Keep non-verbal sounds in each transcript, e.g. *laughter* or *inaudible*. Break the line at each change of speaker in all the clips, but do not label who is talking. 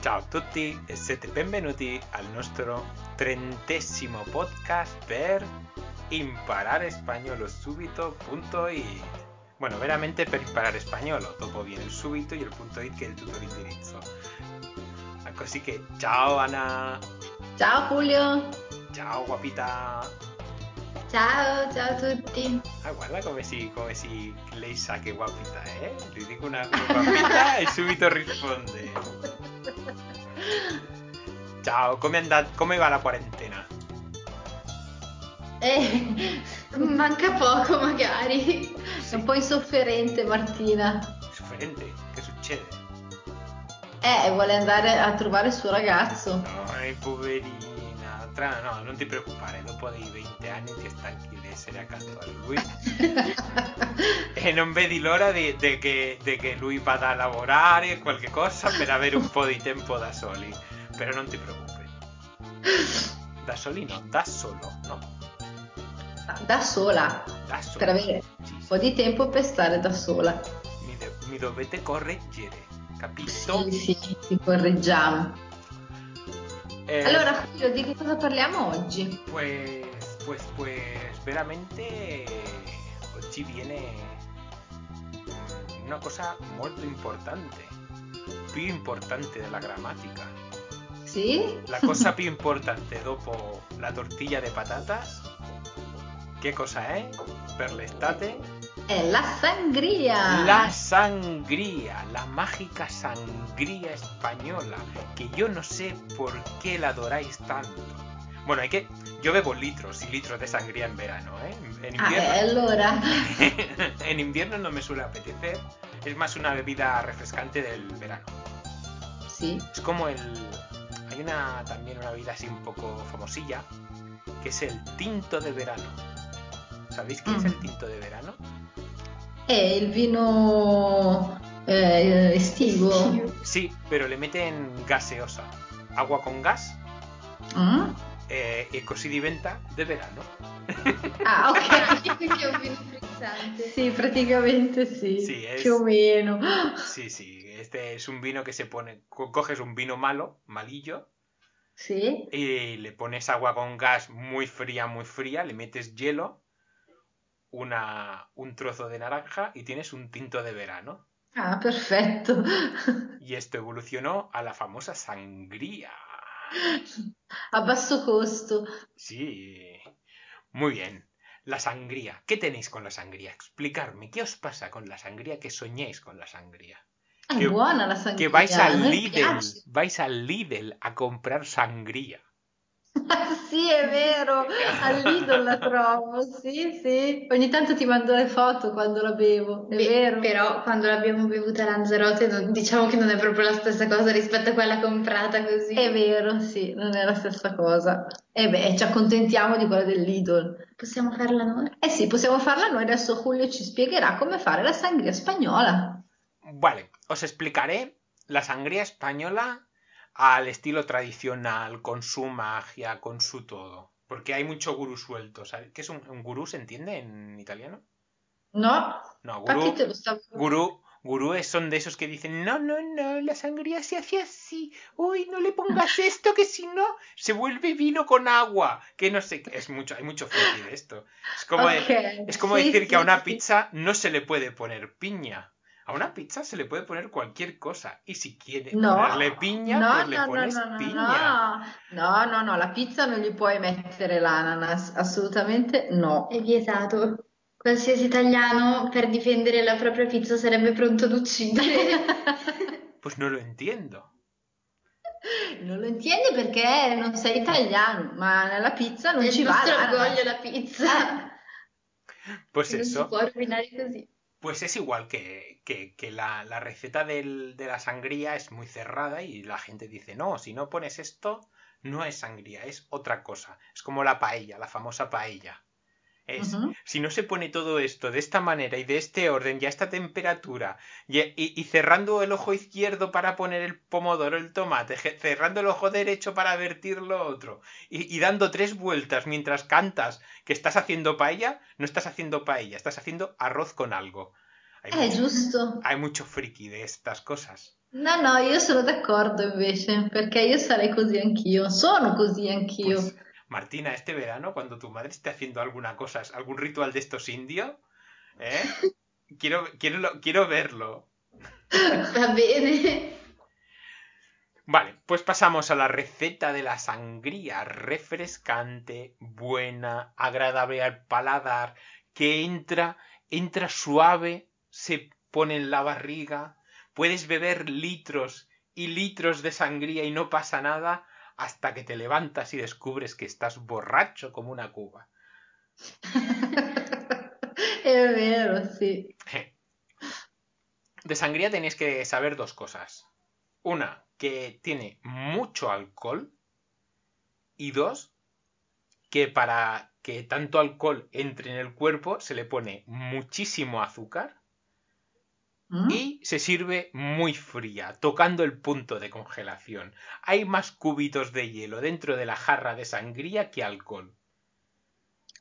Ciao a tutti e siete benvenuti al nostro trentesimo podcast per imparare spagnolo subito.it. Bueno, veramente per imparare spagnolo, dopo viene il subito y el punto it che è il tutor indirizzo. Così che ciao Ana,
Ciao Julio,
ciao guapita.
ciao, ciao a tutti.
Ah, guarda come si, come si lei sa che guapita è. Le dico una guapita e subito risponde. Ciao, come, è andat- come va la quarantena?
*laughs* Eh, manca poco magari. È
Sì.
un po' insofferente Martina.
Sofferente, che succede?
Eh, vuole andare a trovare il suo ragazzo. *laughs*
Dai, poverina. Tra- no, non ti preoccupare, dopo dei 20 anni ti stanchi di essere accanto a lui *laughs* e non vedi l'ora di, di che, di che lui vada a lavorare qualche cosa per avere un po' di tempo da soli. Però non ti preoccupare. Da soli no, da solo, no,
Da sola,
da solo.
per avere
Sì,
un
sì.
po' di tempo per stare da sola.
Mi, de- mi dovete correggere, capito?
Sì, sì, ti correggiamo.
Eh,
Allora Julio, di che cosa parliamo oggi?
Pues, pues, pues, veramente oggi viene mm, una cosa molto importante, più importante della grammatica.
Sì?
La cosa più importante dopo la tortilla de patatas, che cosa è per l'estate?
È la sangria.
La sangría, la mágica sangría española, que yo no sé por qué la adoráis tanto. Bueno, hay que. Yo bebo litros y litros de sangría en verano, ¿eh? En- En
Ah, eh,
invierno,
allora.
*laughs* en invierno no me suele apetecer. Es más una bebida refrescante del verano.
Sì.
Es como el. Hay una también una bebida así un poco famosilla, que es el tinto de verano. ¿Sabéis qué es el
Mm.
tinto de verano?
È il vino eh, estivo.
Sí, pero le meten gaseosa. Agua con gas
Mm?
eh, e così diventa de verano.
Ah, ok, *laughs* quindi è un vino frizzante. Sì, praticamente sì,
Sì, è-
più o meno.
Sí, sí, este es un vino que se pone. co- Coges un vino malo, malillo,
Sì,
y le pones agua con gas muy fría, muy fría, le metes hielo, una, un trozo de naranja y tienes un tinto de verano.
ah, perfetto.
Y esto evolucionó a la famosa sangría.
A basso costo.
Sí. Muy bien. La sangría. ¿Qué tenéis con la sangría? Explicarme, ¿qué os pasa con la sangría? ¿Qué soñáis con la sangría?
È
Che-
buona la sangria.
Que vais
a
al
me
Lidl,
piace.
vais al Lidl a comprar sangría.
Sì, è vero, al Lidl la trovo, sì, sì. Ogni tanto ti mando le foto quando la bevo, è
Beh,
vero.
Però quando l'abbiamo bevuta a Lanzarote non- diciamo che non è proprio la stessa cosa rispetto a quella comprata così.
È vero, sì, non è la stessa cosa. E beh, ci accontentiamo di quella del Lidl.
Possiamo farla noi?
Eh sì, possiamo farla noi, adesso Julio ci spiegherà come fare la sangria spagnola.
Vale, os explicaré la sangría española al estilo tradicional, con su magia, con su todo. Porque hay mucho gurú suelto. ¿Sabes qué es un, un gurú? ¿Se entiende en italiano?
No,
No,
infatti
gurú.
te lo stavo...
Gurú, gurúes son de esos que dicen, no, no, no, la sangría se hace así, uy, no le pongas esto que si no se vuelve vino con agua, que no sé, qué". es mucho, hay mucho friki de esto. Es como, de-
Ok,
es como
sì,
decir
sì,
que a una
sì.
pizza no se le puede poner piña. A una pizza se le puede poner cualquier cosa. Y si quieres
No,
ponerle piña,
no,
pues le
no, no,
pones
no, no,
piña.
no, no, no, no, la pizza non gli puoi mettere l'ananas, assolutamente no.
È vietato. Qualsiasi italiano per difendere la propria pizza sarebbe pronto ad *laughs* uccidere.
Pues no lo entiendo.
Non lo intendi perché non sei italiano, ma nella pizza non
È
ci
il
va
nostro
l'ananas.
orgoglio la pizza.
Pues
non si
eso.
può rovinare così.
Pues es igual que, que- que la, la receta del- de la sangría es muy cerrada y la gente dice, no, si no pones esto, no es sangría, es otra cosa. Es como la paella, la famosa paella. Es,
Mhm.
si no se pone todo esto de esta manera y de este orden y a esta temperatura y, y- y cerrando el ojo izquierdo para poner el pomodoro, el tomate, je- cerrando el ojo derecho para vertir lo otro y, y dando tres vueltas mientras cantas que estás haciendo paella, no estás haciendo
Ah,
paella, estás haciendo arroz con algo. Hay,
Eh,
mucho,
giusto.
hay mucho friki de estas cosas.
No, no, io sono d'accordo invece, perché io sarei così anch'io, sono così anch'io.
Pues, Martina, este verano, cuando tu madre esté haciendo alguna cosa, algún ritual de estos indios, ¿eh? quiero, quiero, quiero verlo.
Va bene.
Vale, pues pasamos a la receta de la sangría refrescante, buena, agradable al paladar, que entra, entra suave, se pone en la barriga, puedes beber litros y litros de sangría y no pasa nada hasta que te levantas y descubres que estás borracho como una cuba.
È vero, sì.
*laughs* De sangría tenéis que saber dos cosas. Una, que tiene mucho alcohol y dos, que para que tanto alcohol entre en el cuerpo se le pone muchísimo azúcar
Mm?
y se sirve muy fría, tocando el punto de congelación. Hay más cubitos de hielo dentro de la jarra de sangría que alcohol,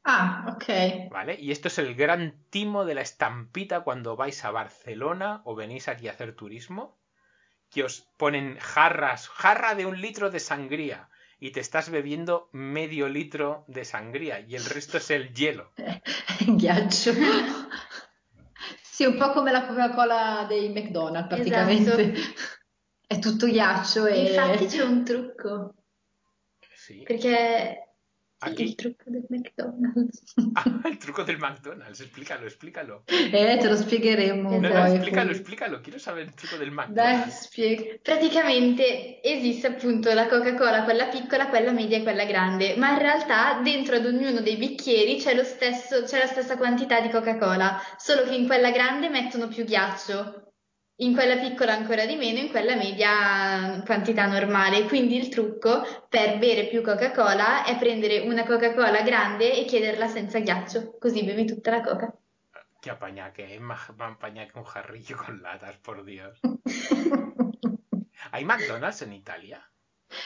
Ah, ok. *laughs*
¿vale? Y esto es el gran timo de la estampita cuando vais a Barcelona o venís aquí a hacer turismo, que os ponen jarras, jarra de un litro de sangría. Y te estás bebiendo medio litro de sangría y el resto es el hielo.
*laughs*
Ghiaccio. Sì, un po' come la Coca-Cola dei McDonald's
Esatto.
praticamente. È tutto ghiaccio e... *laughs*
Infatti c'è un trucco,
Sí. *laughs*
perché il
Aquí.
trucco del McDonald's.
Ah, el truco del McDonald's. Explícalo, explícalo.
Eh, te lo spiegheremo
No,
No,
poi.
no, explícalo,
quindi.
explícalo. Quiero saber el truco del
Dai,
McDonald's.
spiega.
Praticamente esiste appunto la Coca-Cola, quella piccola, quella media e quella grande, ma in realtà dentro ad ognuno dei bicchieri c'è lo stesso- c'è la stessa quantità di Coca-Cola, solo che in quella grande mettono più ghiaccio, in quella piccola ancora di meno, in quella media mm, quantità normale. Quindi il trucco per bere più Coca-Cola è prendere una Coca-Cola grande e chiederla senza ghiaccio, così bevi tutta la Coca.
Qué apañaque, es más más apañaque que un jarrillo con latas, por Dios. ¿Hay McDonald's en Italia?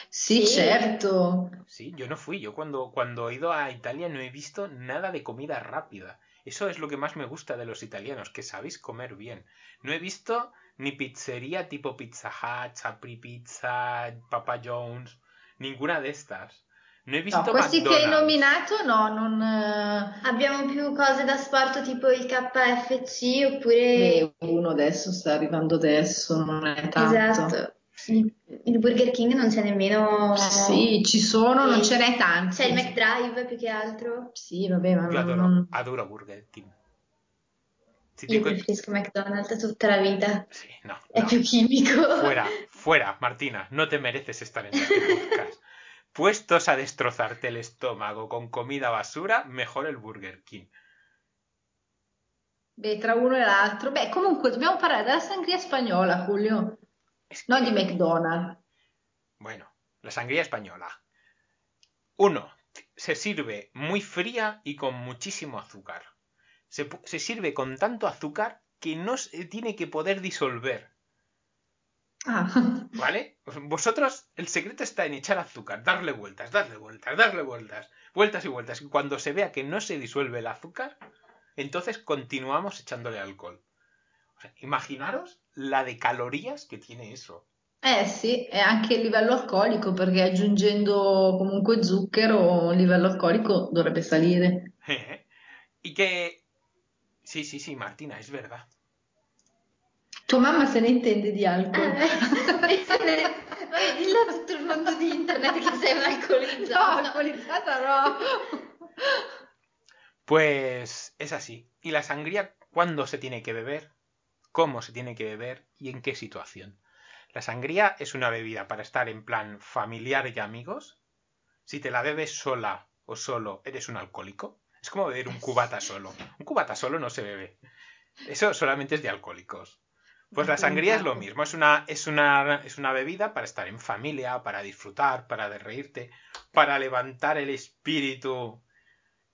Sì,
Sì.
certo.
Sí, yo no fui. Yo cuando, cuando he ido a Italia no he visto nada de comida rápida. Eso es lo que más me gusta de los italianos, que sabéis comer bien. No he visto ni pizzería tipo Pizza Hut, Sapri Pizza, Papa John's, ninguna de estas. No he visto
No, pues questi che hai
McDonald's.
nominato no, non... eh,
Abbiamo più cose da sport tipo il KFC oppure...
ne- eh, uno adesso sta arrivando adesso, non è tanto.
Esatto. Il, il Burger King non c'è nemmeno.
Sì, ci sono, non ce n'è tanti.
C'è il McDrive più che altro.
Sì, vabbè, ma
Yo
non-
adoro,
non-
adoro Burger King. Si
Io
dico-
preferisco McDonald's tutta la vita.
Sí, no,
È
no.
*laughs* più chimico. *laughs*
Fuera, fuera, Martina, no te mereces estar en este podcast. Puestos a destrozarte el estómago con comida basura, mejor el Burger King.
Beh, tra uno e l'altro. Beh, comunque dobbiamo parlare della sangria spagnola, Julio,
Es que-
non di McDonald's.
Bueno, la sangría española. Uno, se sirve muy fría y con muchísimo azúcar. Se, pu- se sirve con tanto azúcar que no se tiene que poder disolver,
Ah,
¿vale? Pues Vosotros, el secreto está en echar azúcar, darle vueltas, darle vueltas, darle vueltas, vueltas y vueltas. Y cuando se vea que no se disuelve el azúcar, entonces continuamos echándole alcohol. O sea, imaginaros la de calorías que tiene eso.
*laughs*
*laughs*
eh sì, e anche il livello alcolico, perché aggiungendo comunque zucchero, il livello alcolico dovrebbe salire.
¿Eh? Y que... Sí, sí, sí, Martina, es verdad.
Tua mamma se ne intende di
Ah,
alcol?
beh. Vabbè, dillo a tutto il mondo di internet che sei un
No,
alcolizzato.
alcolizzata no.
Pues es así. ¿Y la sangría cuándo se tiene que beber? ¿Cómo se tiene que beber? ¿Y en qué situación? La sangría es una bebida para estar en plan familiar y amigos. Si te la bebes sola o solo, eres un alcohólico. Es como beber un cubata solo. Un cubata solo no se bebe. Eso solamente es de alcohólicos. Pues la sangría es lo mismo. Es una, es una, es una bebida para estar en familia, para disfrutar, para de reírte, para levantar el espíritu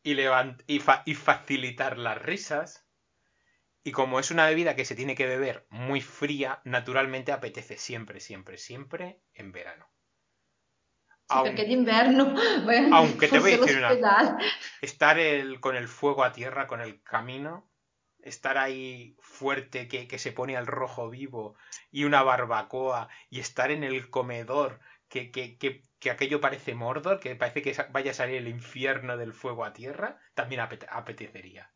y, levan- y, fa- y facilitar las risas. Y como es una bebida que se tiene que beber muy fría, naturalmente apetece siempre, siempre, siempre en verano.
Sì,
Aun-
perché d'inverno *laughs* vai
Aunque Ah, te voy a
forse
decir una-
all'ospedale.
estar el- con el fuego a tierra, con el camino, estar ahí fuerte que, que se pone al rojo vivo y una barbacoa y estar en el comedor que, que, que, que aquello parece Mordor, que parece que vaya a salir el infierno del fuego a tierra, también apete- apetecería.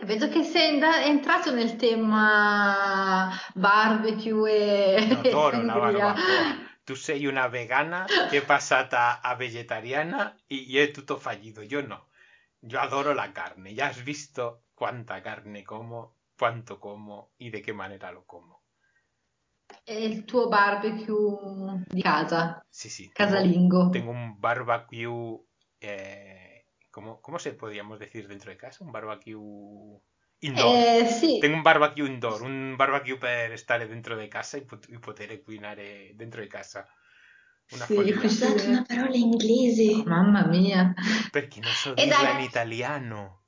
Vedo che sei inda- entrato nel tema barbecue e *laughs*
No, toro, una
sangria.
barbacoa. Tú sei una vegana que pasata a vegetariana y, y es tutto fallido. Yo no. Yo adoro la carne. Ya has visto cuánta carne como, cuánto como y de qué manera lo como.
È il tuo barbecue di casa,
Sí, sí. tengo-
casalingo.
Tengo un barbecue. eh, ¿cómo, cómo se podríamos decir dentro de casa? Un barbecue indoor.
Eh, sì,
Tengo un barbecue indoor, un barbecue per stare dentro di casa e, pot- e poter cucinare dentro di casa. Una
Sì,
follia.
questo-
Usato una parola inglese.
mamma mia.
Perché non so
E dai,
dirla in
ragazzi.
italiano.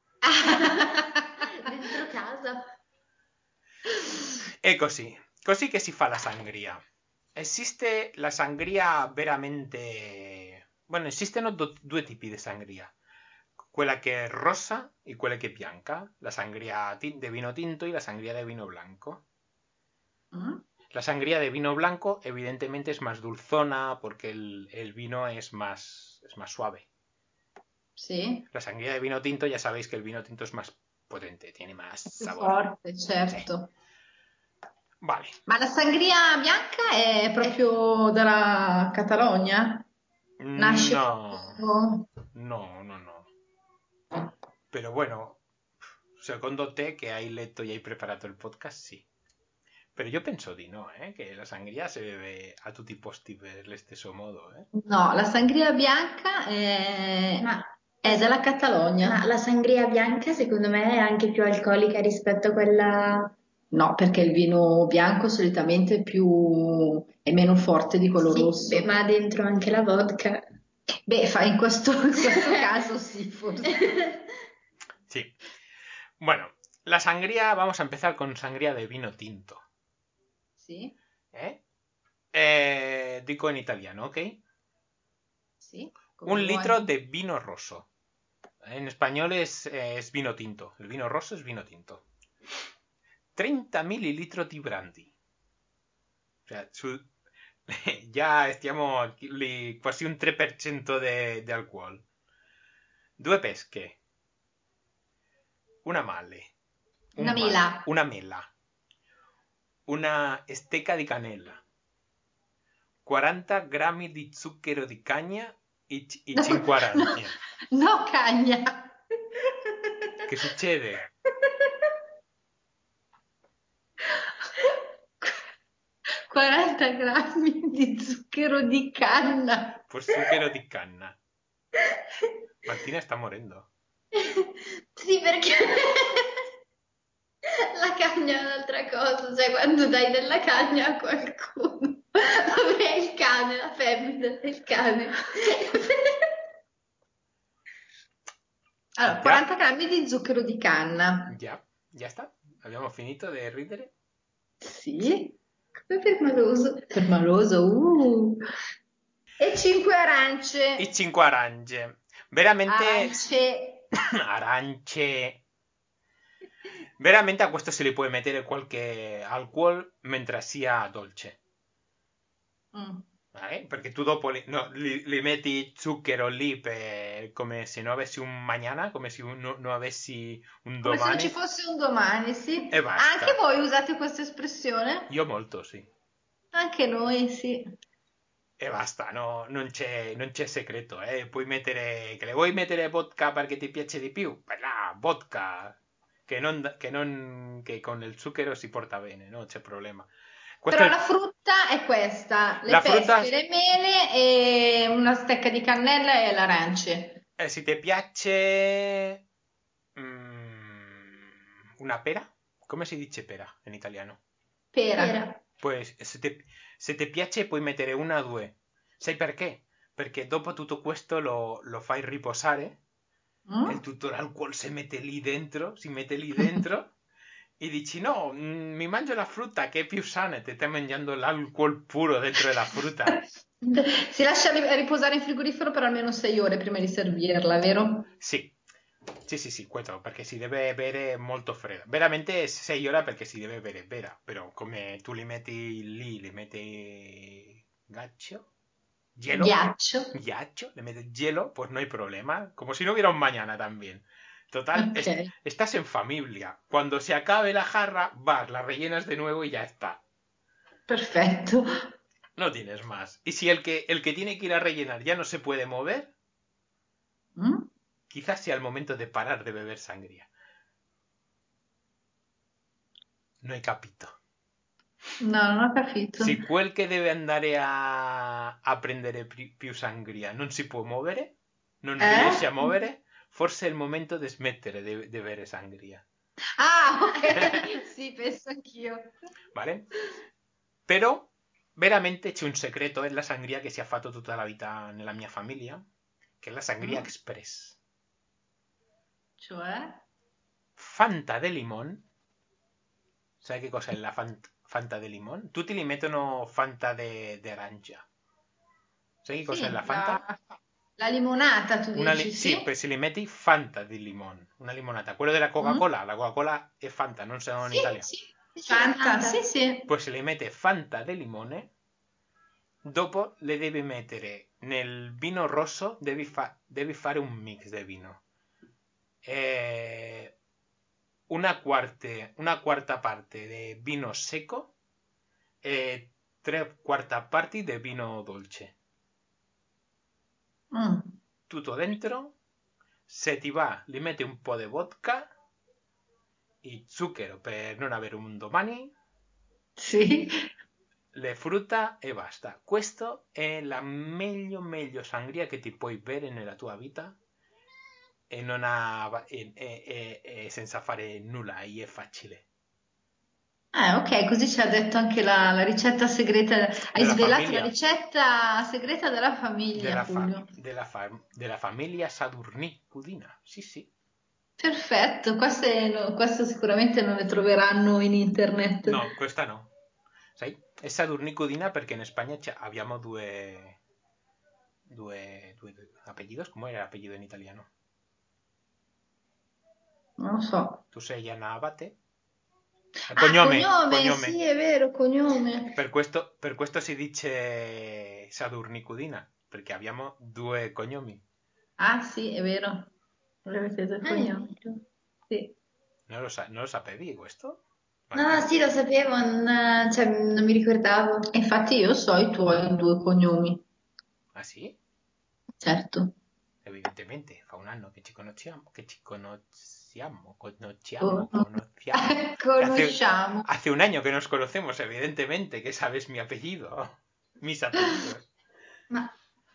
Dentro casa.
E così, così che si fa la sangria. Esiste la sangria veramente... Bueno, esistono do- due tipi di sangria. Quella che è rossa e quella che è bianca. La sangria ti- di vino tinto e la sangria di vino blanco.
Mm?
La sangría de vino blanco, evidentemente, es más dulzona porque el, el vino es más, es más suave.
Sì,
La sangría de vino tinto, ya sabéis que el vino tinto es más potente, tiene más
più
sabor.
forte, certo.
Vale.
Ma la sangria bianca è proprio dalla Catalogna? Nasce
No,
proprio-
no, no, no. Pero bueno, segundo té que hay leto y hay preparado el podcast, sí. Pero yo pienso, Dino, ¿eh? que la sangría se bebe a tu tipo Steve, este modo, ¿eh?
No, la sangria bianca è,
Ma,
è dalla Catalogna.
ma la sangria bianca secondo me è anche più alcolica rispetto a quella...
No, perché il vino bianco solitamente è più, è meno forte di quello
Sì,
rosso.
beh, ma ha dentro anche la vodka. *laughs*
Beh, fa- in questo, in questo caso sì, forse.
Sí. Bueno, la sangría, vamos a empezar con sangría de vino tinto.
Sì,
¿eh? Eh, dico en italiano, ¿ok?
sì. come
Un
vuoi.
litro de vino rosso. En español es, eh, es vino tinto. El vino rosso es vino tinto. 30 mililitros de brandy. O sea, su- *laughs* ya estamos li- quasi un 3% de, de alcohol. Due pesche. Una male. Un
Una
male,
mela.
Una mela. Una esteca de canela. 40 gramos de zucchero de caña y, y
No,
5 arañas.
No, cagna!
¿Qué
*laughs*
sucede?
Qu- 40 grammi di zucchero di canna.
Pues zucchero de canna. Martina está morendo.
Sì, perché *laughs* la cagna è un'altra cosa, cioè quando dai della cagna a qualcuno, *laughs* avrei il cane, la femmina del
*laughs*
cane.
Allora,
Già.
40 grammi di zucchero di canna.
Ya, ya está. Habíamos finito de ridere.
Sì,
Come per maloso.
permaloso, uh. E 5 arance.
Y 5 aranje. Veramente.
Arance.
*clears throat* Aranche. Veramente a questo se le puede meter cualquier alcohol mientras sea dolce.
Mm.
¿Vale? Perché tu dopo li, no, li- li metti zucchero lì per- come se non avessi un mañana, come se un- non avessi un
Come se non
domani.
ci fosse un domani, sì.
E basta.
Anche voi usate questa espressione?
Io molto, sì.
Anche noi, sì.
E basta, no, non, c'è, non c'è segreto, eh. Puoi mettere, che le vuoi mettere vodka perché ti piace di più? Bella, vodka, che non, che non- che con il zucchero si porta bene, non c'è problema. Questo
Però
è-
la frutta è questa, le
La
pesche,
frutta-
le mele e una stecca di cannella e l'arance.
eh, se ti piace mm, una pera, come si dice pera in italiano?
Pera.
Pera.
Pues se te, se te piace puoi mettere una o due. Sai perché? Perché dopo tutto questo lo, lo fai riposare.
Mm?
il tutto l'alcol se mette lì dentro, si mette lì dentro e dici no, mm, mi mangio la frutta che è più sana e te stai mangiando l'alcol puro dentro la frutta.
Si lascia ri- riposare in frigorifero per almeno 6 ore prima di servirla, vero?
Sì, Sì, sì, sì, questo perché si deve bere molto freddo. Veramente 6 ore perché si deve bere vera, però come tu li metti lì, li metti ghiaccio, Eh,
gelo, ghiaccio,
ghiaccio, le metes hielo, pues no hay problema, como si no hubiera un mañana también.
*laughs*
Total,
Ok.
es- estás en familia. Cuando se acabe la jarra, vas, la rellenas de nuevo y ya está.
Perfetto.
No tienes más. Y si el que, el que tiene que ir a rellenar ya no se puede mover,
Mm?
quizás sea el momento de parar de beber sangría. No hay capito.
No, non ho capito.
Se quel che deve andare a, a prendere pri- più sangria non si può muovere, non
Eh?
riesce a muovere, forse è il momento di smettere di di bere sangria,
Ah, ok.
*laughs*
sì, penso anch'io.
vale? Però veramente c'è un segreto nella sangria che si è fatto tutta la vita nella mia famiglia, che è la sangria
Mm.
express.
Cioè?
Fanta de limón. Sai che cos'è la fan- Fanta de limón? Tutti li mettono Fanta de, de arancia. Sai che cos'è
Sì,
la Fanta?
La, la limonata, tu
Una
dici,
li- pues sì, per se li metti Fanta di limone, una limonata. Quello della Coca-Cola, la Coca-Cola è Fanta, non se in
Sì,
Italia.
sì, sì, sì,
Fanta.
Sì, sì.
Poi pues se li mette Fanta di limone, dopo le devi mettere nel vino rosso, devi, fa- devi fare un mix di vino. Eh, una, quarte- una quarta parte di vino secco e tre quarta parti di vino dolce.
Mm.
tutto dentro, se ti va li metti un po' di vodka e zucchero per non avere un domani,
Sì.
le frutta e basta. Questo è la meglio meglio sangria che ti puoi bere nella tua vita e, non ha, e- e- e- e senza fare nulla, e è facile.
Ah, ok, così ci ha detto anche la, la ricetta segreta. Hai
Della
svelato
famiglia.
la ricetta segreta della famiglia,
Della, fa-
Fulvio.
della fa- della famiglia Sadurni Cudina, sì sì.
Perfetto, queste no- questo sicuramente non le troveranno in internet.
No, questa no. Sai, è Sadurnicodina perché in Spagna c'è- abbiamo due, due, due, due apellidos. Come era l'apellido in italiano?
Non lo so.
Tu sei Anna Abate? Eh,
Ah, cognome, sì, è vero, cognome.
Per, questo, per questo si dice Sadurnicodina, perché abbiamo due cognomi.
Ah, sì, è vero. Voi avete due
Ah,
cognomi.
è vero.
Sì.
Non lo, sa- non lo sapevi questo?
No, Ah, sì, lo sapevo, non, cioè, non mi ricordavo.
E Infatti io so i tuoi due cognomi,
Ah sì?
certo.
Evidentemente, fa un anno che ci conosciamo, che ci conosciamo,
Oh.
conosciamo, conosciamo.
Conosciamo.
Hace un año que nos conocemos, evidentemente, que sabes mi apellido. *laughs* Mis apellidos.
Ma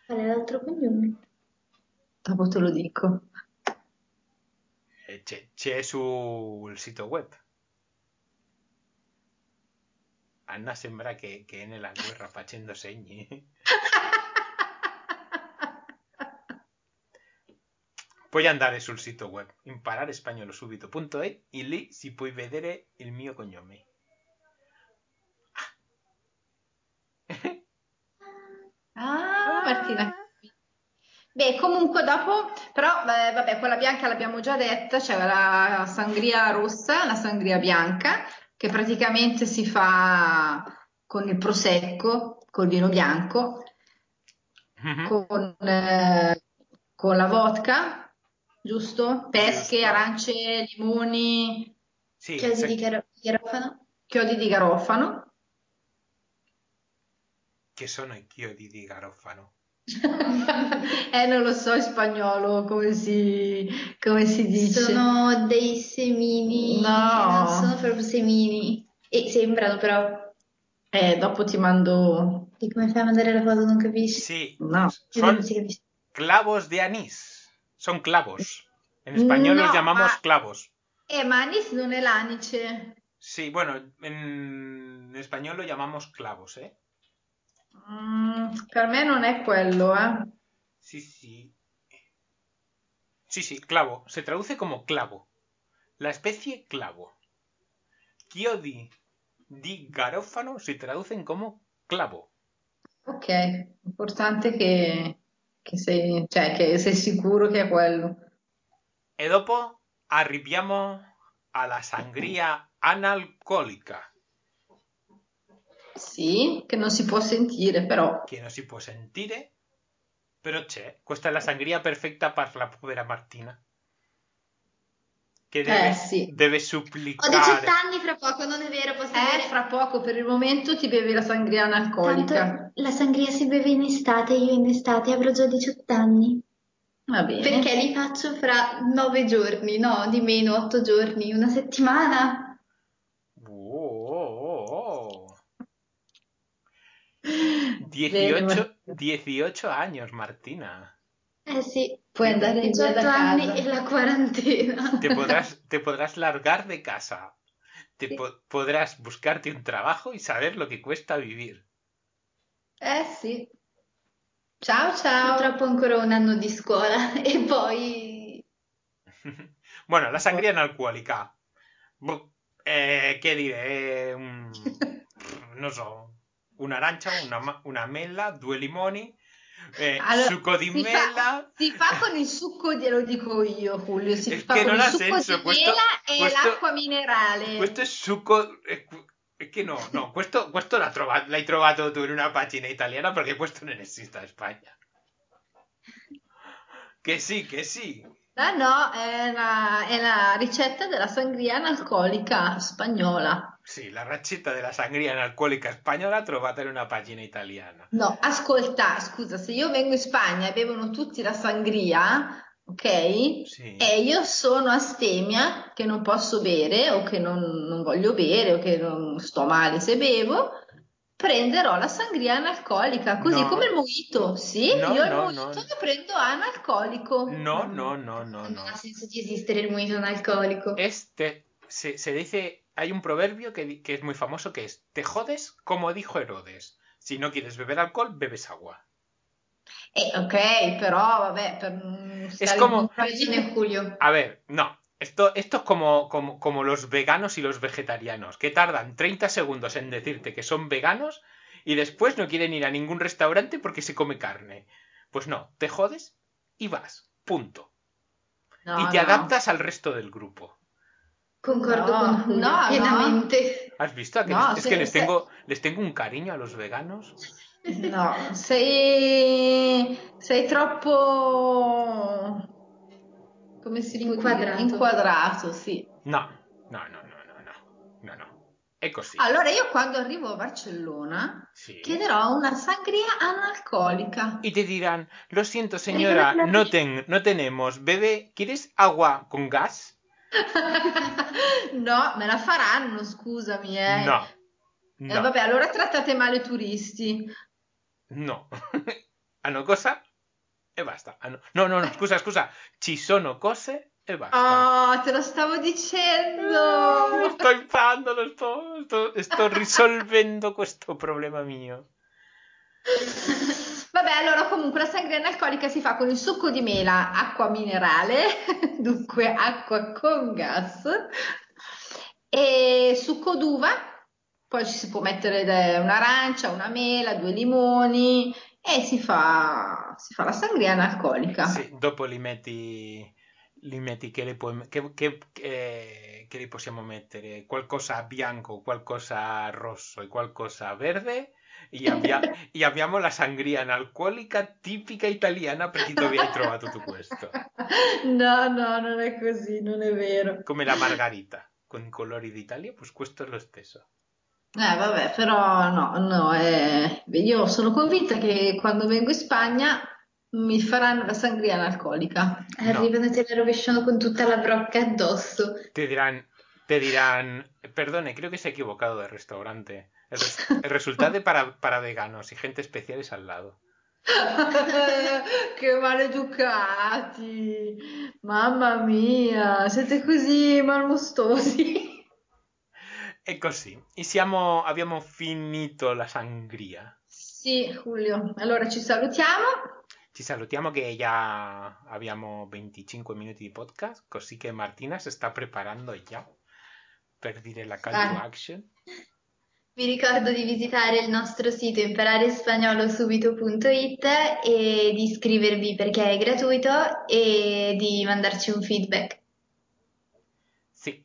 qual è l'altro cognome?
Dopo te lo dico.
Eh, C'è, c'è sul sito web. Anna sembra che, che è nella
*laughs*
guerra facendo segni. Puoi andare sul sito web impararespagnolo.subito.it e lì si puoi vedere il mio cognome.
Ah, Martina. Beh, comunque dopo, però, eh, vabbè, quella bianca l'abbiamo già detta, c'è la sangria rossa, la sangria bianca, che praticamente si fa con il prosecco, col vino bianco,
Mhm.
con, eh, con la vodka, giusto? Pesche,
Giusto.
arance, limoni,
Sì,
Chiodi
se-
di chiaro- chiarofano?
chiodi di garofano.
che sono i chiodi di garofano.
*laughs* Eh, non lo so in spagnolo come si, come si dice.
Sono dei semini,
No.
non sono proprio semini. E sembrano però.
Eh, dopo ti mando...
E come fai a mandare la foto non capisci? Cioè,
Sí,
No.
Vediamo
son
se capisci.
clavos de anís. Son clavos. En español los
No, ah.
llamamos
ma-
clavos.
Eh, ma anis non è l'anice.
Sí, bueno, en español lo llamamos clavos, ¿eh?
Mm, per me non è quello, eh.
Sí, sí. Sí, sí, clavo. Se traduce como clavo. La especie clavo. Chiodi di garófano se traducen como clavo.
Ok, importante che, che sei, cioè, che sei sicuro che è quello.
E dopo arriviamo alla sangria analcolica.
Sì, che non si può sentire però.
che non si eh. può sentire, però c'è. Questa è la sangria perfetta per la povera Martina. Che deve,
Eh, sì.
deve
Ho 18
supplicare.
anni fra poco, non è vero, posso
Eh,
dire.
fra poco per il momento ti bevi la sangria analcolica.
Tanto la sangria si beve in estate, io in estate avrò già 18 anni.
Va bene.
Perché li faccio fra 9 giorni, no, di meno, 8 giorni, una settimana.
Oh, 18,
Bene,
18 años, Martina.
Eh sì,
Puoi andare via
18
da
anni
casa.
e la quarantena.
Te podrás, te podrás largar de casa. Te po- podrás buscarte un trabajo y saber lo que cuesta vivir.
Eh sì. Ciao ciao.
Purtroppo ancora un anno di scuola *laughs* e poi...
Bueno, la sangría analcohólica. Bu- Eh, ¿Qué diré? Eh, un- no sé. Una arancia, una, ma- una mela, due limoni, eh,
Allora,
succo di
si fa-
mela.
Si fa con il succo di, lo dico io, Julio, si
È
fa
che non
con il
ha
succo
senso,
di
questo-
mela e
questo-
l'acqua minerale.
Questo è succo. eh, qu- È che no, no, questo, questo l'ha trova- l'hai trovato tu in una pagina italiana perché questo non esiste in Spagna. Che sì, che sì.
No, no, è la, è la ricetta della sangria analcolica spagnola.
Sì, la ricetta della sangria analcolica spagnola trovata in una pagina italiana.
No, ascolta, scusa, se io vengo in Spagna e bevono tutti la sangria, ok? E
Sì.
io sono astemia, che non posso bere o che non, non voglio bere o che non sto male se bevo, prenderò la sangria analcolica, così
No.
come il mojito. Sì,
No,
io il
no,
mojito
no.
lo prendo analcolico.
No, no, no, no,
Oh,
Non
no.
ha senso di esistere il mojito analcolico.
Eh,
Este se, se dice, hay un proverbio que, di- que es muy famoso que es, te jodes como dijo Herodes. Si no quieres beber alcohol, bebes agua.
Eh, ok, però vabbè, per non stare
come-
in compagine-
Immagine Julio.
A ver, no. Esto, esto es como, como, como los veganos y los vegetarianos, que tardan 30 segundos en decirte que son veganos y después no quieren ir a ningún restaurante porque se come carne. Pues no, te jodes y vas. Punto.
No,
y te
no.
adaptas al resto del grupo.
Concordo
No,
con Julio,
no, no.
pienamente.
¿Has visto? A que
No,
les- es
se-
que les
se-
tengo, les tengo un cariño a los veganos.
*laughs* No, sei, sei troppo, come si può dire?
Inquadrato.
Inquadrato, sì.
No, no, no, no, no, no, no, no. È così.
Allora io quando arrivo a Barcellona
Sì.
chiederò una sangria analcolica.
Y te dirán, lo siento señora,
Regálame la
no, ten- no tenemos bebé, ¿quieres agua con gas?
No, me la faranno, scusami, eh.
No,
Eh,
no, Eh.
vabbè, allora trattate male i turisti.
no. *laughs* Hanno cosa e basta. Hanno- No, no, no, scusa, scusa, ci sono cose e basta.
Oh, te lo stavo
*laughs* Lo
dicendo.
sto imparando, lo sto, sto- sto *laughs* risolvendo questo problema mio.
Vabbè, allora comunque la sangria analcolica si fa con il succo di mela, acqua minerale, *laughs* dunque acqua con gas, e succo d'uva, poi ci si può mettere de- un'arancia, una mela, due limoni e si fa, si fa la sangria analcolica.
Sì, dopo li metti, li metti che, le puoi, che, che, che- che li possiamo mettere qualcosa Eh, bianco, qualcosa rosso e qualcosa verde. E, abbia- e abbiamo la sangria analcolica tipica italiana per chi dove hai trovato tu questo.
*laughs* No, no, non è così, non è vero.
Come la margarita con i colori d'Italia, pues questo è lo stesso.
Eh, vabbè, però no, no, eh, io sono convinta che quando vengo in Spagna mi faranno la sangria analcolica. *laughs*
Arrivano e te la rovesciano con tutta la brocca addosso.
Te dirán, te dirán, perdone, creo que se ha equivocado de restaurante. El, res- el resultado es para, para veganos y gente especial es al lado.
Che maleducati! Mamma mia, siete così malmostosi.
E così, e siamo, abbiamo finito la sangria.
Sì, Giulio, allora ci salutiamo. *laughs*
Ci salutiamo che già abbiamo 25 minuti di podcast, così che Martina si sta preparando già per dire la call to
Ah.
action.
Vi ricordo di visitare il nostro sito impararespagnolosubito.it e di iscrivervi perché è gratuito e di mandarci un feedback.
Sì,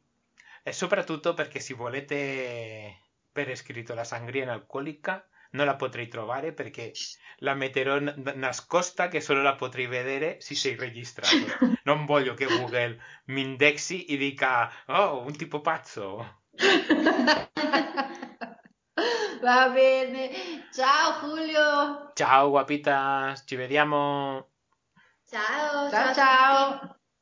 e soprattutto perché se volete per escrito la sangria inalcolica non la potrei trovare perché la metterò n- nascosta che solo la potrei vedere se sei registrato. Non voglio che Google mi indexi e dica, oh, un tipo pazzo.
Va bene. Ciao Julio.
Ciao guapitas, ci vediamo.
Ciao,
Ciao
a
ciao.
tutti.